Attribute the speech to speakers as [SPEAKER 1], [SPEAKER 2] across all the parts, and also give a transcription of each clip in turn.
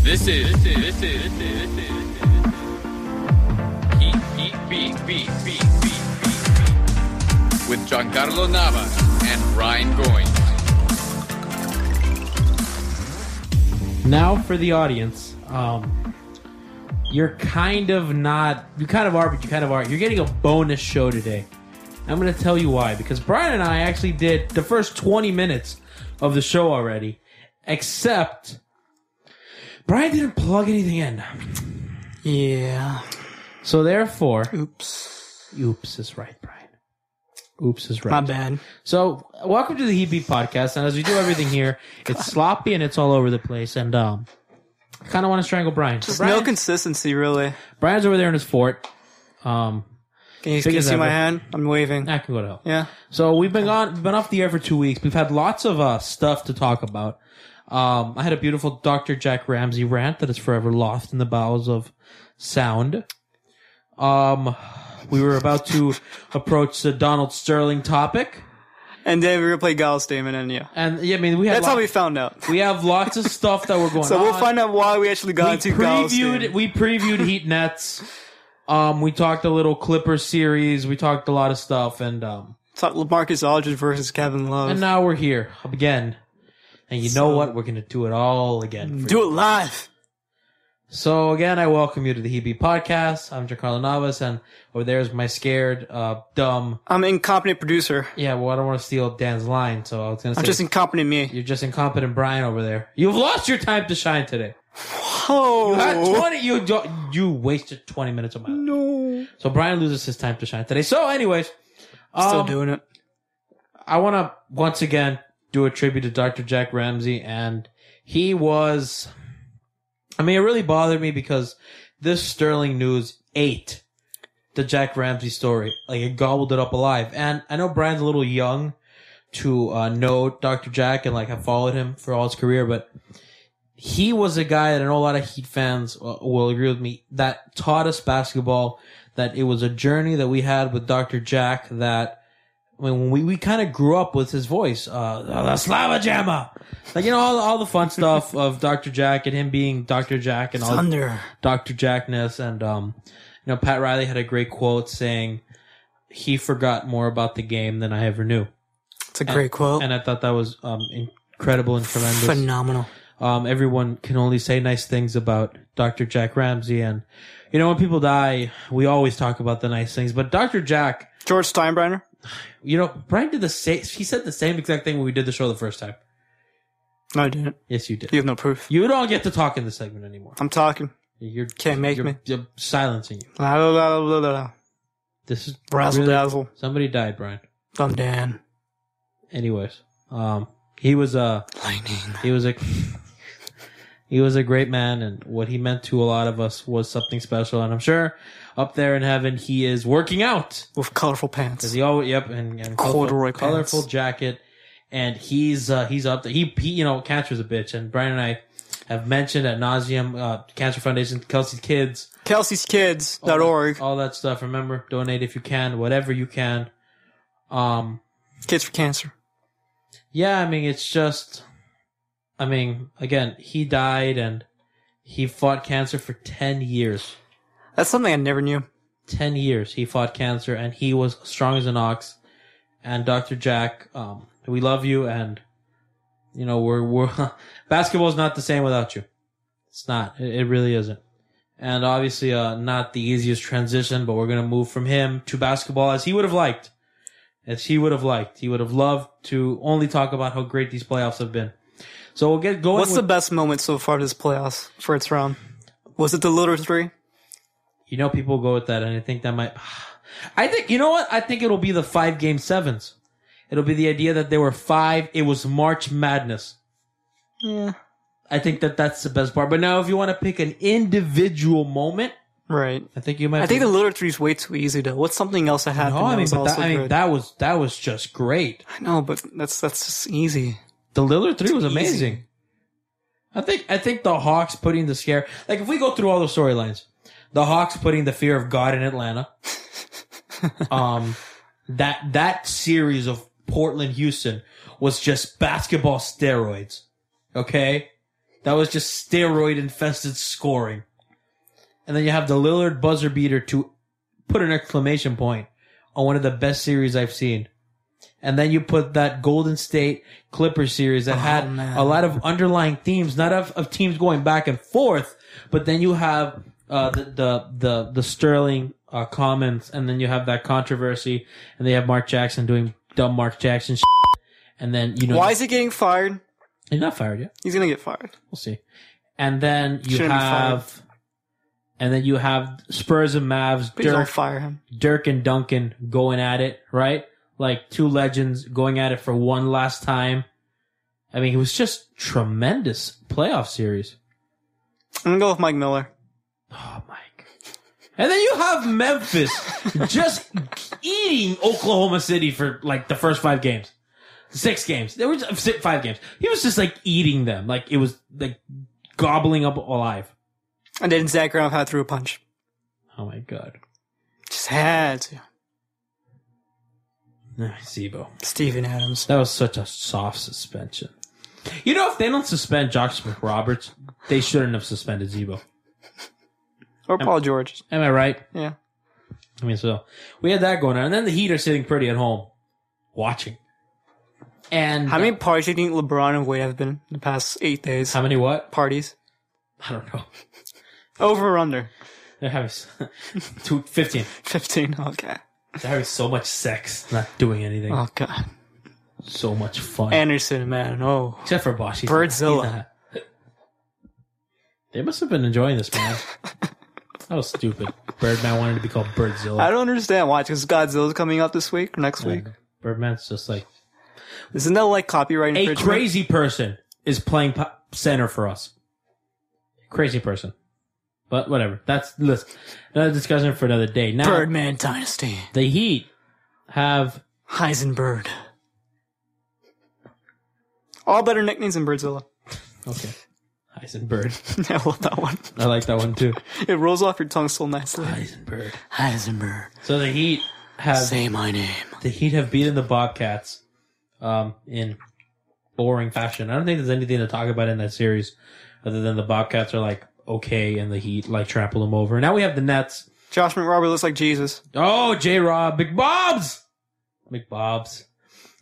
[SPEAKER 1] This is this is this is this is Heat Heat Beat Beat Beat Beat Beat with Giancarlo Nava and Ryan Goins.
[SPEAKER 2] Now for the audience. Um, you're kind of not. You kind of are, but you kind of are. You're getting a bonus show today. I'm going to tell you why. Because Brian and I actually did the first 20 minutes of the show already, except Brian didn't plug anything in.
[SPEAKER 3] Yeah.
[SPEAKER 2] So therefore,
[SPEAKER 3] Oops.
[SPEAKER 2] oops is right, Brian. Oops is right.
[SPEAKER 3] My bad.
[SPEAKER 2] So, welcome to the Heat Beat Podcast. And as we do everything here, it's sloppy and it's all over the place. And um, I kind of want to strangle Brian. So
[SPEAKER 3] Just
[SPEAKER 2] Brian
[SPEAKER 3] no consistency, really.
[SPEAKER 2] Brian's over there in his fort. Um,
[SPEAKER 3] Can you,
[SPEAKER 2] Big
[SPEAKER 3] can you
[SPEAKER 2] as
[SPEAKER 3] see my
[SPEAKER 2] ever.
[SPEAKER 3] hand? I'm waving.
[SPEAKER 2] I can go to hell.
[SPEAKER 3] Yeah.
[SPEAKER 2] So we've been gone, been off the air for two weeks. We've had lots of uh, stuff to talk about. Um, I had a beautiful Dr. Jack Ramsey rant that is forever lost in the bowels of sound. Um, we were about to approach the Donald Sterling topic,
[SPEAKER 3] And then we're gonna play Gallus Damon, and yeah,
[SPEAKER 2] and yeah, I mean we had
[SPEAKER 3] that's how we
[SPEAKER 2] lot-
[SPEAKER 3] found out.
[SPEAKER 2] we have lots of stuff that we're going.
[SPEAKER 3] So we'll
[SPEAKER 2] on.
[SPEAKER 3] find out why we actually got
[SPEAKER 2] Uh, we
[SPEAKER 3] into Gallus
[SPEAKER 2] previewed
[SPEAKER 3] Damon.
[SPEAKER 2] we previewed heat nets. Um, we talked a little Clipper series. We talked a lot of stuff, and um,
[SPEAKER 3] Talk Lamarcus Aldridge versus Kevin Love.
[SPEAKER 2] and uh, now we're here again. And you know what? We're gonna do it all again. for
[SPEAKER 3] Do
[SPEAKER 2] you.
[SPEAKER 3] it live.
[SPEAKER 2] So again, I welcome you to the Hebe Podcast. I'm Giancarlo Navas, and over there is my scared, uh, dumb.
[SPEAKER 3] I'm an incompetent producer.
[SPEAKER 2] Yeah, well, I don't want to steal Dan's line, so I was gonna say
[SPEAKER 3] I'm just incompetent me.
[SPEAKER 2] you're just incompetent, Brian, over there. You've lost your time to shine today. You had
[SPEAKER 3] Oh,
[SPEAKER 2] twenty. You do- you wasted twenty minutes of my life. No. So Brian loses his time to shine today. So, anyways, um,
[SPEAKER 3] still doing it.
[SPEAKER 2] I want to once again do a tribute to Dr. Jack Ramsey, and he was. I mean, it really bothered me because this Sterling news ate the Jack Ramsey story. Like it gobbled it up alive. And I know Brian's a little young to uh, know Dr. Jack and like have followed him for all his career, but he was a guy that I know a lot of Heat fans uh, will agree with me that taught us basketball. That it was a journey that we had with Dr. Jack that I mean, we, we kind of grew up with his voice, uh, the Slava Jamma, like you know all, all the fun stuff of Dr. Jack and him being Dr. Jack and all
[SPEAKER 3] Thunder.
[SPEAKER 2] Dr. Jackness and um, you know Pat Riley had a great quote saying he forgot more about the game than I ever knew,
[SPEAKER 3] It's a great quote.
[SPEAKER 2] and I thought that was um, incredible and tremendous.
[SPEAKER 3] Phenomenal.
[SPEAKER 2] um, everyone can only say nice things about Dr. Jack Ramsey, and you know when people die, we always talk about the nice things, but Dr. Jack.
[SPEAKER 3] George Steinbrenner.
[SPEAKER 2] You know, Brian did the same. He said the same exact thing when we did the show the first time.
[SPEAKER 3] No, I didn't.
[SPEAKER 2] Yes, you did.
[SPEAKER 3] You have no proof.
[SPEAKER 2] You don't get to talk in this segment anymore.
[SPEAKER 3] I'm talking.
[SPEAKER 2] You're
[SPEAKER 3] Can't make
[SPEAKER 2] you're,
[SPEAKER 3] me.
[SPEAKER 2] you're silencing you.
[SPEAKER 3] La la la la la. la.
[SPEAKER 2] This is
[SPEAKER 3] Razzle
[SPEAKER 2] really-
[SPEAKER 3] dazzle.
[SPEAKER 2] Somebody died, Brian.
[SPEAKER 3] I'm Dan.
[SPEAKER 2] Anyways, um, he was a
[SPEAKER 3] Lightning.
[SPEAKER 2] he was a he was a great man, and what he meant to a lot of us was something special. And I'm sure up there in heaven, he is working out.
[SPEAKER 3] With colorful
[SPEAKER 2] Cause
[SPEAKER 3] pants.
[SPEAKER 2] he always yep and, and colorful-
[SPEAKER 3] Corduroy pants.
[SPEAKER 2] colorful jacket, and he's uh, he's up there. He, he you know cancer's a bitch, and Brian and I have mentioned at nauseum uh, Cancer Foundation, Kelsey's kids,
[SPEAKER 3] Kelsey's
[SPEAKER 2] Oh.
[SPEAKER 3] Kelsey'sKids.org.
[SPEAKER 2] all that stuff. Remember, donate if you can, whatever you can. Um,
[SPEAKER 3] Kids for Cancer.
[SPEAKER 2] yeah, I mean it's just, I mean again he died and he fought cancer for ten years.
[SPEAKER 3] That's something I never knew.
[SPEAKER 2] 10 years he fought cancer and he was strong as an ox and dr jack um, we love you and you know we're, we're basketball's not the same without you it's not it, it really isn't and obviously uh, not the easiest transition but we're going to move from him to basketball as he would have liked as he would have liked he would have loved to only talk about how great these playoffs have been so we'll get going
[SPEAKER 3] What's the
[SPEAKER 2] with,
[SPEAKER 3] best moment so far this playoffs for its round? Was it the Little Three?
[SPEAKER 2] you know people go with that and i think that might i think you know what i think it'll be the five game sevens it'll be the idea that there were five it was march madness
[SPEAKER 3] Yeah.
[SPEAKER 2] i think that that's the best part but now if you want to pick an individual moment
[SPEAKER 3] Right.
[SPEAKER 2] i think you might
[SPEAKER 3] I think
[SPEAKER 2] be-
[SPEAKER 3] the Little Three is way too easy though. What's something else that happened?
[SPEAKER 2] no, I
[SPEAKER 3] that
[SPEAKER 2] mean,
[SPEAKER 3] was
[SPEAKER 2] but
[SPEAKER 3] also
[SPEAKER 2] that, I mean
[SPEAKER 3] good?
[SPEAKER 2] that was that was just great.
[SPEAKER 3] I know, but that's that's just easy.
[SPEAKER 2] The Lillard three
[SPEAKER 3] It's
[SPEAKER 2] was
[SPEAKER 3] easy.
[SPEAKER 2] amazing. I think I think the Hawks putting the scare like if we go through all the storylines, the Hawks putting the fear of God in Atlanta. um that that series of Portland Houston was just basketball steroids. Okay? That was just steroid infested scoring. And then you have the Lillard buzzer beater to put an exclamation point on one of the best series I've seen. And then you put that Golden State Clippers series that
[SPEAKER 3] Oh,
[SPEAKER 2] had
[SPEAKER 3] man.
[SPEAKER 2] a lot of underlying themes, not of, of teams going back and forth, but then you have uh, the, the the the Sterling uh, comments, and then you have that controversy, and they have Mark Jackson doing dumb Mark Jackson, shit, and then you know
[SPEAKER 3] Why is he getting fired?
[SPEAKER 2] he's not fired yet.
[SPEAKER 3] He's gonna get fired.
[SPEAKER 2] We'll see. And then you
[SPEAKER 3] Shouldn't be
[SPEAKER 2] have, and then you have Spurs and Mavs,
[SPEAKER 3] Please don't
[SPEAKER 2] Dirk,
[SPEAKER 3] fire him.
[SPEAKER 2] Dirk and Duncan going at it, right? Like two legends going at it for one last time. I mean, it was just tremendous playoff series.
[SPEAKER 3] I'm gonna go with Mike Miller.
[SPEAKER 2] Oh, Mike. And then you have Memphis just eating Oklahoma City for like the first five games, six games. There was five games. He was just like eating them, like it was like gobbling up alive.
[SPEAKER 3] And then Zach Randolph had through a punch.
[SPEAKER 2] Oh my god,
[SPEAKER 3] Just had to.
[SPEAKER 2] Ah, Zebo.
[SPEAKER 3] Steven Adams.
[SPEAKER 2] That was such a soft suspension. You know, if they don't suspend Josh Roberts, they shouldn't have suspended Zebo.
[SPEAKER 3] Or Paul George.
[SPEAKER 2] Am I right?
[SPEAKER 3] Yeah.
[SPEAKER 2] I mean, so we had that going on, and then the Heat are sitting pretty at home, watching. And
[SPEAKER 3] How many parties do you think LeBron and Wade have been in the past eight days?
[SPEAKER 2] How many what?
[SPEAKER 3] parties?
[SPEAKER 2] I don't know.
[SPEAKER 3] Over or under?
[SPEAKER 2] They're having s- two, 15.
[SPEAKER 3] 15. Okay.
[SPEAKER 2] They're having so much sex, not doing anything.
[SPEAKER 3] Oh, God.
[SPEAKER 2] So much fun.
[SPEAKER 3] Anderson, man. Oh.
[SPEAKER 2] Except for Bosch. he's-
[SPEAKER 3] Birdzilla.
[SPEAKER 2] he's not. They must have been enjoying this, man. that was stupid. Birdman wanted to be called Birdzilla.
[SPEAKER 3] I don't understand why. Because Godzilla's coming out this week or next week.
[SPEAKER 2] And Birdman's just like,
[SPEAKER 3] Isn't that like copyright
[SPEAKER 2] a
[SPEAKER 3] infringement?
[SPEAKER 2] crazy person is playing po- center for us. Crazy person. But whatever. That's, listen, another discussion for another day. Now,
[SPEAKER 3] Birdman Dynasty.
[SPEAKER 2] the Heat have
[SPEAKER 3] Heisenberg. All better nicknames than Birdzilla.
[SPEAKER 2] Okay. Heisenberg.
[SPEAKER 3] I love that one.
[SPEAKER 2] I like that one too.
[SPEAKER 3] It rolls off your tongue so nicely.
[SPEAKER 2] Heisenberg.
[SPEAKER 3] Heisenberg.
[SPEAKER 2] So the Heat have
[SPEAKER 3] Say my name.
[SPEAKER 2] the Heat have beaten the Bobcats um, in boring fashion. I don't think there's anything to talk about in that series other than the Bobcats are like okay and the Heat like trample them over. Now we have the Nets.
[SPEAKER 3] Josh McRoberts looks like Jesus.
[SPEAKER 2] Oh, J Rob, McBobs, McBobs.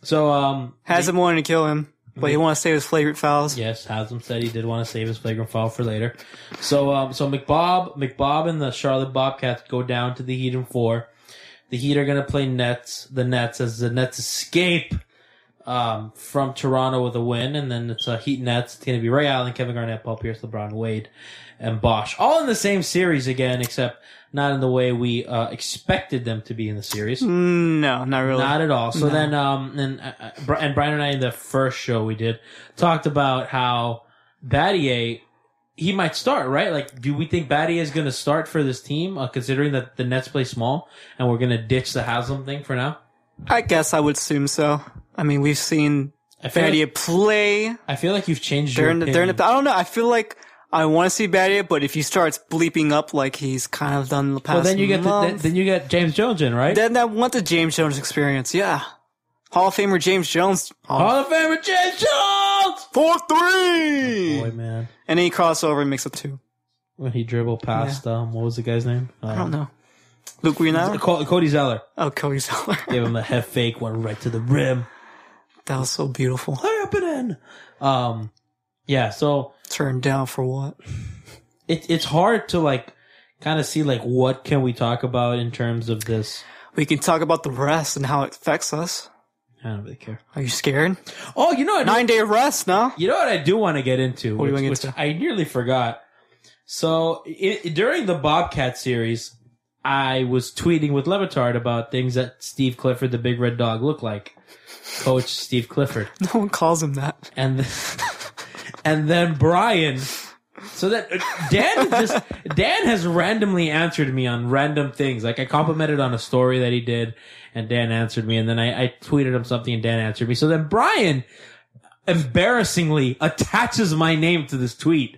[SPEAKER 2] So um,
[SPEAKER 3] Hasn't wanted to kill him, but he wants to save his favorite fouls.
[SPEAKER 2] Yes, Haslam said he did want to save his flagrant foul for later. So, um, so McBob, McBob, and the Charlotte Bobcats go down to the Heat in four. The Heat are going to play Nets. The Nets as the Nets escape um, from Toronto with a win, and then it's uh, Heat Nets. It's going to be Ray Allen, Kevin Garnett, Paul Pierce, LeBron Wade, and Bosch, all in the same series again, except not in the way we uh, expected them to be in the series.
[SPEAKER 3] Mm, No, not really.
[SPEAKER 2] Not at all. So
[SPEAKER 3] No.
[SPEAKER 2] then, um, and uh, Bri- and Brian and I in the first show we did talked about how Battier he might start right. Like, do we think Battier is going to start for this team, uh, considering that the Nets play small and we're going to ditch the Haslam thing for now?
[SPEAKER 3] I guess I would assume so. I mean, we've seen
[SPEAKER 2] I feel like,
[SPEAKER 3] Battier play
[SPEAKER 2] I feel like you've changed your
[SPEAKER 3] during the,
[SPEAKER 2] opinion.
[SPEAKER 3] during the. I don't know. I feel like I want to see Battier, but if he starts bleeping up like he's kind of done the past,
[SPEAKER 2] well, then you get the, then,
[SPEAKER 3] month,
[SPEAKER 2] then you get James Jones in right.
[SPEAKER 3] then I want the James Jones experience. Yeah, Hall of Famer James Jones.
[SPEAKER 2] Hall of Famer James Jones.
[SPEAKER 3] Four three,
[SPEAKER 2] Oh, Boy, man,
[SPEAKER 3] and then he crossover and makes up two.
[SPEAKER 2] when he dribbled past um, what was the guy's name?
[SPEAKER 3] I don't
[SPEAKER 2] Um,
[SPEAKER 3] know. Luke Renauer?
[SPEAKER 2] Co- Cody Zeller
[SPEAKER 3] Oh, Cody Zeller.
[SPEAKER 2] gave him a head fake, went right to the rim.
[SPEAKER 3] That was so beautiful.
[SPEAKER 2] happening? Um, yeah. So
[SPEAKER 3] Turned down for what?
[SPEAKER 2] it, it's hard to like kind of see like what can we talk about in terms of this.
[SPEAKER 3] We can talk about the rest and how it affects us.
[SPEAKER 2] I don't really care.
[SPEAKER 3] Are you scared?
[SPEAKER 2] Oh, you know what? I do,
[SPEAKER 3] Nine day rest, no?
[SPEAKER 2] you know what I do want to get into,
[SPEAKER 3] What do
[SPEAKER 2] which,
[SPEAKER 3] you wanna get
[SPEAKER 2] which
[SPEAKER 3] into?
[SPEAKER 2] I nearly forgot. So it, during the Bobcat series, I was tweeting with Levitard about things that Steve Clifford, the big red dog, looked like. Coach Steve Clifford.
[SPEAKER 3] No one calls him that.
[SPEAKER 2] and then, and then Brian. So that uh, Dan just Dan has randomly answered me on random things. Like I complimented on a story that he did, and Dan answered me, and then I, I tweeted him something, and Dan answered me. So then Brian embarrassingly attaches my name to this tweet.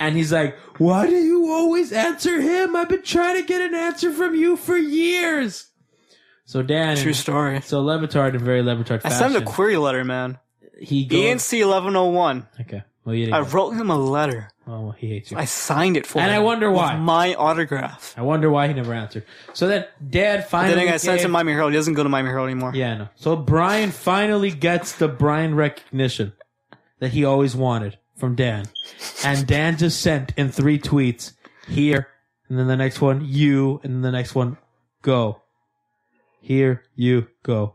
[SPEAKER 2] And he's like, Why do you always answer him? I've been trying to get an answer from you for years. So Dan
[SPEAKER 3] True story.
[SPEAKER 2] So Levitard in very Levitard
[SPEAKER 3] I
[SPEAKER 2] fashion.
[SPEAKER 3] sent him a query letter, man. E
[SPEAKER 2] he goes,
[SPEAKER 3] ENC 1101.
[SPEAKER 2] Okay. Well, you didn't
[SPEAKER 3] I
[SPEAKER 2] get it.
[SPEAKER 3] wrote him a letter.
[SPEAKER 2] Oh, he hates you.
[SPEAKER 3] I
[SPEAKER 2] I,
[SPEAKER 3] signed it for him.
[SPEAKER 2] And I wonder why.
[SPEAKER 3] With my autograph.
[SPEAKER 2] wonder why he never answered. So then Dad finally.
[SPEAKER 3] then I got sent
[SPEAKER 2] gave-
[SPEAKER 3] to Miami Herald. He doesn't go to Miami Herald anymore.
[SPEAKER 2] Yeah, I know. So Brian finally gets the Brian recognition that he always wanted from Dan, and Dan just sent in three tweets here, and then the next one you, and then the next one go. Here you go.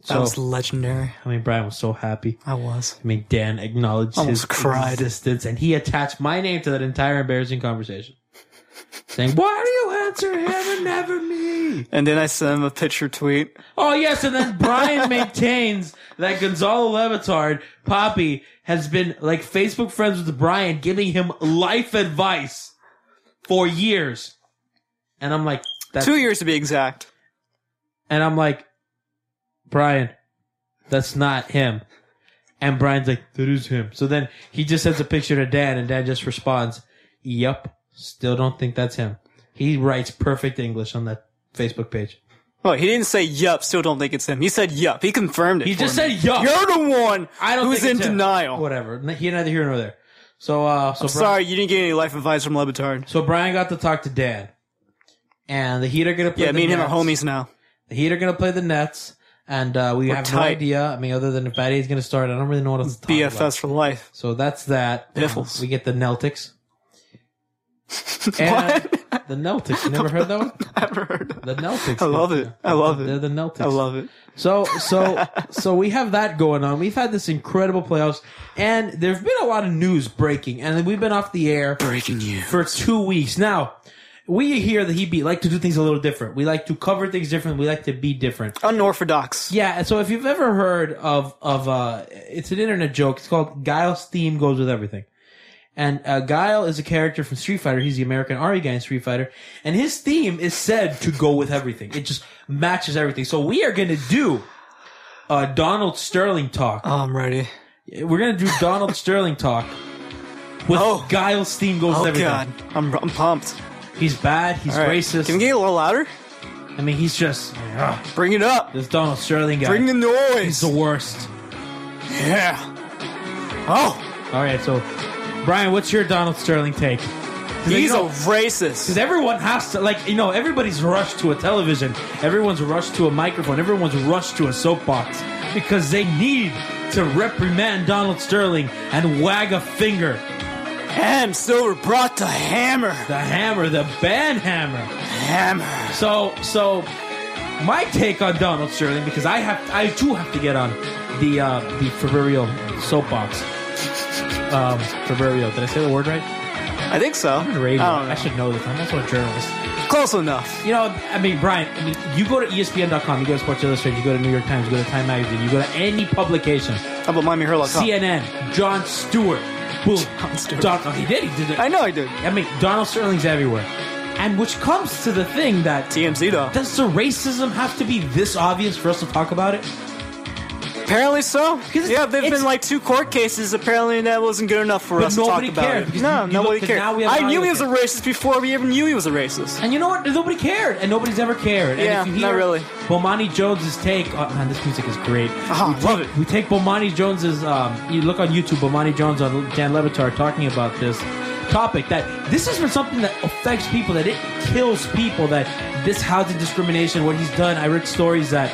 [SPEAKER 3] that
[SPEAKER 2] So
[SPEAKER 3] was legendary.
[SPEAKER 2] I mean, Brian was so happy.
[SPEAKER 3] I was.
[SPEAKER 2] I mean, Dan acknowledged
[SPEAKER 3] Almost
[SPEAKER 2] his
[SPEAKER 3] cried.
[SPEAKER 2] existence, and he attached my name to that entire embarrassing conversation, saying, "Why do you answer him and never me?"
[SPEAKER 3] And then I sent him a picture tweet.
[SPEAKER 2] Oh yes, and then Brian maintains that Gonzalo Levitard Poppy has been like Facebook friends with Brian, giving him life advice for years, and I'm like, that's,
[SPEAKER 3] Two years to be exact.
[SPEAKER 2] and I'm like, Brian, that's not him. And Brian's like, that is him. So then he just sends a picture to Dan, and Dan just responds, "Yup, still don't think that's him." He writes perfect English on that Facebook page.
[SPEAKER 3] Oh, he didn't say yup. Still don't think it's him. He said yup. He confirmed it.
[SPEAKER 2] He
[SPEAKER 3] for
[SPEAKER 2] just
[SPEAKER 3] me.
[SPEAKER 2] said, "Yup."
[SPEAKER 3] You're the one
[SPEAKER 2] I don't
[SPEAKER 3] who's
[SPEAKER 2] think
[SPEAKER 3] in
[SPEAKER 2] it's him.
[SPEAKER 3] denial.
[SPEAKER 2] Whatever. N- He neither here nor there. So uh, so Bri-
[SPEAKER 3] Sorry, you didn't get any life advice from Lebitard.
[SPEAKER 2] so Brian got to talk to Dan, and the Heat are gonna play.
[SPEAKER 3] Yeah,
[SPEAKER 2] the
[SPEAKER 3] me and him are
[SPEAKER 2] Nets.
[SPEAKER 3] homies now.
[SPEAKER 2] The Heat are gonna play the Nets, and uh, we
[SPEAKER 3] We're
[SPEAKER 2] have no
[SPEAKER 3] tight.
[SPEAKER 2] idea. I mean, other than if Batty is gonna start, I don't really know what else to talk about.
[SPEAKER 3] BFS for life.
[SPEAKER 2] So that's that.
[SPEAKER 3] Biffles.
[SPEAKER 2] We get the Celtics. And
[SPEAKER 3] what?
[SPEAKER 2] The Celtics. You never heard that one?
[SPEAKER 3] Never heard of
[SPEAKER 2] The Celtics.
[SPEAKER 3] I love it. I love
[SPEAKER 2] They're
[SPEAKER 3] it.
[SPEAKER 2] the Celtics.
[SPEAKER 3] I love it.
[SPEAKER 2] So so so we have that going on. We've had this incredible playoffs, and there's been a lot of news breaking, and we've been off the air
[SPEAKER 3] Breaking you.
[SPEAKER 2] for two weeks now. We here at the Heat Beat like to do things a little different. We like to cover things different. We like to be different.
[SPEAKER 3] Unorthodox.
[SPEAKER 2] Yeah. So if you've ever heard of of uh, it's an internet joke. It's called Guile's theme goes with everything. And uh, Guile is a character from Street Fighter. He's the American Army guy in Street Fighter, and his theme is said to go with everything. It just matches everything. So we are going to do uh, Donald Sterling talk.
[SPEAKER 3] Oh, I'm ready.
[SPEAKER 2] We're going to do Donald Sterling talk with
[SPEAKER 3] Oh.
[SPEAKER 2] Guile's theme goes with
[SPEAKER 3] Oh,
[SPEAKER 2] everything.
[SPEAKER 3] God. I'm, I'm pumped.
[SPEAKER 2] He's bad. He's
[SPEAKER 3] All right.
[SPEAKER 2] racist.
[SPEAKER 3] Can we get a little louder?
[SPEAKER 2] I mean, he's just ugh,
[SPEAKER 3] Bring it up.
[SPEAKER 2] this Donald Sterling guy.
[SPEAKER 3] Bring the
[SPEAKER 2] he's
[SPEAKER 3] noise.
[SPEAKER 2] the worst.
[SPEAKER 3] Yeah. Oh,
[SPEAKER 2] All right, so Brian, what's your Donald Sterling take?
[SPEAKER 3] he's a
[SPEAKER 2] because
[SPEAKER 3] racist.
[SPEAKER 2] everyone has to like you know everybody's rushed to a television, everyone's rushed to a microphone, everyone's rushed to a soapbox because they need to reprimand Donald Sterling and wag a finger.
[SPEAKER 3] Ham Silver brought the hammer.
[SPEAKER 2] The hammer, the ban hammer.
[SPEAKER 3] Hammer.
[SPEAKER 2] So, so my take on Donald Sterling because I have I too have to get on the uh, the proverbial soapbox. Um, proverbial. Did I say the word right?
[SPEAKER 3] I think so.
[SPEAKER 2] I'm in radio.
[SPEAKER 3] I
[SPEAKER 2] I,
[SPEAKER 3] don't know.
[SPEAKER 2] should know this. I'm also a journalist.
[SPEAKER 3] Close enough.
[SPEAKER 2] You know, I mean, Brian. I mean, you go to E ESPN.com, you go to Sports Illustrated, you go to New York Times, you go to Time Magazine, you go to any publication,
[SPEAKER 3] How about Miami Herlock?
[SPEAKER 2] CNN, John Stewart, boom,
[SPEAKER 3] Jon Stewart.
[SPEAKER 2] Don- oh, he did, he did it.
[SPEAKER 3] I know I did.
[SPEAKER 2] I mean, Donald Sterling's everywhere. And which comes to the thing that
[SPEAKER 3] TMZ though.
[SPEAKER 2] does the racism have to be this obvious for us to talk about it?
[SPEAKER 3] Apparently so.
[SPEAKER 2] Because
[SPEAKER 3] Yeah, there've
[SPEAKER 2] it's-
[SPEAKER 3] been like two court cases. Apparently that wasn't good enough for
[SPEAKER 2] But
[SPEAKER 3] us to talk
[SPEAKER 2] nobody
[SPEAKER 3] about
[SPEAKER 2] cared,
[SPEAKER 3] it.
[SPEAKER 2] because
[SPEAKER 3] No,
[SPEAKER 2] you- you
[SPEAKER 3] nobody
[SPEAKER 2] look- 'cause
[SPEAKER 3] cared.
[SPEAKER 2] now we have
[SPEAKER 3] I knew
[SPEAKER 2] audio
[SPEAKER 3] he was a
[SPEAKER 2] tape.
[SPEAKER 3] racist before we even knew he was a racist.
[SPEAKER 2] And you know what? Nobody cared, and nobody's ever cared.
[SPEAKER 3] Yeah,
[SPEAKER 2] and if you
[SPEAKER 3] not
[SPEAKER 2] hear
[SPEAKER 3] really.
[SPEAKER 2] Bomani Jones's take on man, this music is great.
[SPEAKER 3] Ah,
[SPEAKER 2] we
[SPEAKER 3] love
[SPEAKER 2] take,
[SPEAKER 3] it.
[SPEAKER 2] We take Bomani Jones's. Um, you look on YouTube, Bomani Jones on Dan Levitar talking about this topic. That this has been something that affects people. That it kills people. That this housing discrimination, what he's done. I read stories that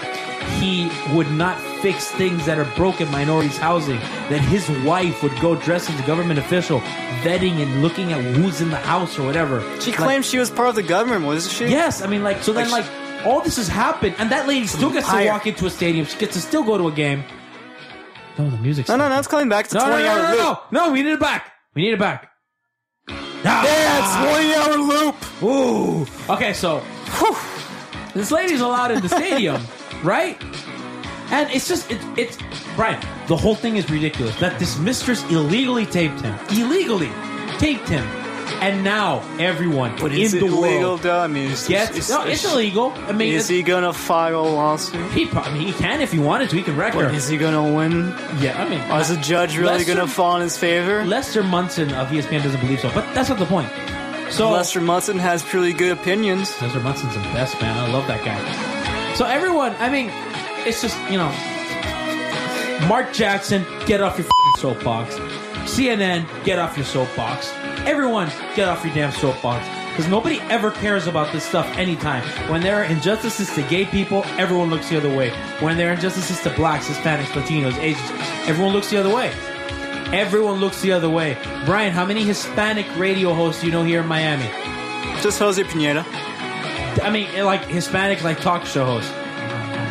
[SPEAKER 2] he would not fix things that are broken minorities housing that his wife would go dressed as a government official vetting and looking at who's in the house or whatever
[SPEAKER 3] She
[SPEAKER 2] Like-
[SPEAKER 3] claimed she was part of the government, wasn't she?
[SPEAKER 2] Yes, I mean, like, so then,
[SPEAKER 3] Like,
[SPEAKER 2] like, all this has happened, and that lady still gets to
[SPEAKER 3] Liar.
[SPEAKER 2] walk into a stadium. She gets to still go to a game. No, the music's
[SPEAKER 3] No, no, no, it's coming back to
[SPEAKER 2] no, no,
[SPEAKER 3] 20
[SPEAKER 2] no,
[SPEAKER 3] hour
[SPEAKER 2] no,
[SPEAKER 3] loop.
[SPEAKER 2] no, no, we need it back. We need it back. Ah!
[SPEAKER 3] Yeah, 20 hour loop.
[SPEAKER 2] Ooh. Okay, so this lady's allowed in the stadium, right? And it's just it, it's Brian. The whole thing is ridiculous. That this mistress illegally taped him, illegally taped him, and now everyone
[SPEAKER 3] But
[SPEAKER 2] in
[SPEAKER 3] is
[SPEAKER 2] the
[SPEAKER 3] it legal
[SPEAKER 2] world
[SPEAKER 3] though? I mean, it's,
[SPEAKER 2] gets.
[SPEAKER 3] it's,
[SPEAKER 2] no, it's illegal. I mean,
[SPEAKER 3] Is
[SPEAKER 2] it's-
[SPEAKER 3] he gonna file a lawsuit?
[SPEAKER 2] He probably he can if he wanted to. He can wreck her.
[SPEAKER 3] Is he gonna win?
[SPEAKER 2] yeah, I mean,
[SPEAKER 3] Or is the judge really
[SPEAKER 2] Lester-
[SPEAKER 3] gonna fall in his favor?
[SPEAKER 2] Lester Munson of E ESPN doesn't believe so, but that's not the point. So
[SPEAKER 3] Lester Munson has pretty good opinions.
[SPEAKER 2] Lester Munson's the best man. I love that guy. So everyone, I mean, it's just you know, Mark Jackson, get off your fing soapbox. CNN, get off your soapbox. Everyone, get off your damn soapbox. Because nobody ever cares about this stuff anytime. When there are injustices to gay people, everyone looks the other way. When there are injustices to blacks, Hispanics, Latinos, Asians, everyone looks the other way. Everyone looks the other way. Brian, how many Hispanic radio hosts do you know here in Miami?
[SPEAKER 3] Just Jose Pineda.
[SPEAKER 2] I mean, eh, like Hispanic, like talk show hosts.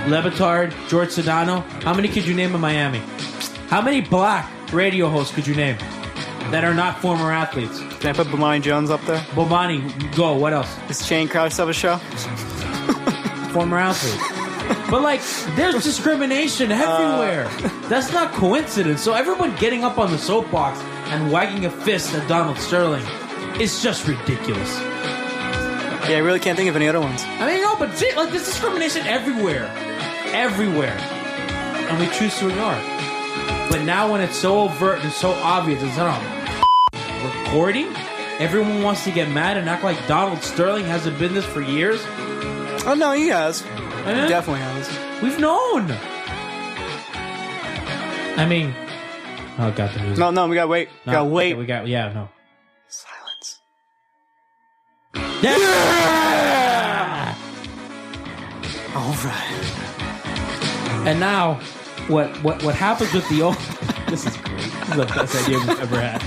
[SPEAKER 2] Levitard, George Sedano. How many could you name in Miami? How many black radio hosts could you name that are not former athletes?
[SPEAKER 3] Can I put Bomani Jones up there?
[SPEAKER 2] Bomani, go. What else?
[SPEAKER 3] Does Shane Krause have a show?
[SPEAKER 2] Former athlete. But like, there's discrimination everywhere. That's not coincidence. So everyone getting up on the soapbox and wagging a fist at Donald Sterling is just ridiculous.
[SPEAKER 3] Yeah, I really can't think of any other ones.
[SPEAKER 2] I mean, no, but see, like there's discrimination everywhere, everywhere, and we choose to ignore it. But now, when it's so overt and so obvious, it's not on recording. Everyone wants to get mad and act like Donald Sterling hasn't been this for years.
[SPEAKER 3] Oh no, he has.
[SPEAKER 2] And
[SPEAKER 3] He
[SPEAKER 2] then
[SPEAKER 3] definitely has.
[SPEAKER 2] we've known. I mean, oh god, the music.
[SPEAKER 3] No, no, we gotta wait. We
[SPEAKER 2] No,
[SPEAKER 3] gotta wait.
[SPEAKER 2] okay, We got yeah, no.
[SPEAKER 3] Silence.
[SPEAKER 2] Yeah!
[SPEAKER 3] All right.
[SPEAKER 2] And now, what what what happens with the old? this is great. This is the best idea we've ever had.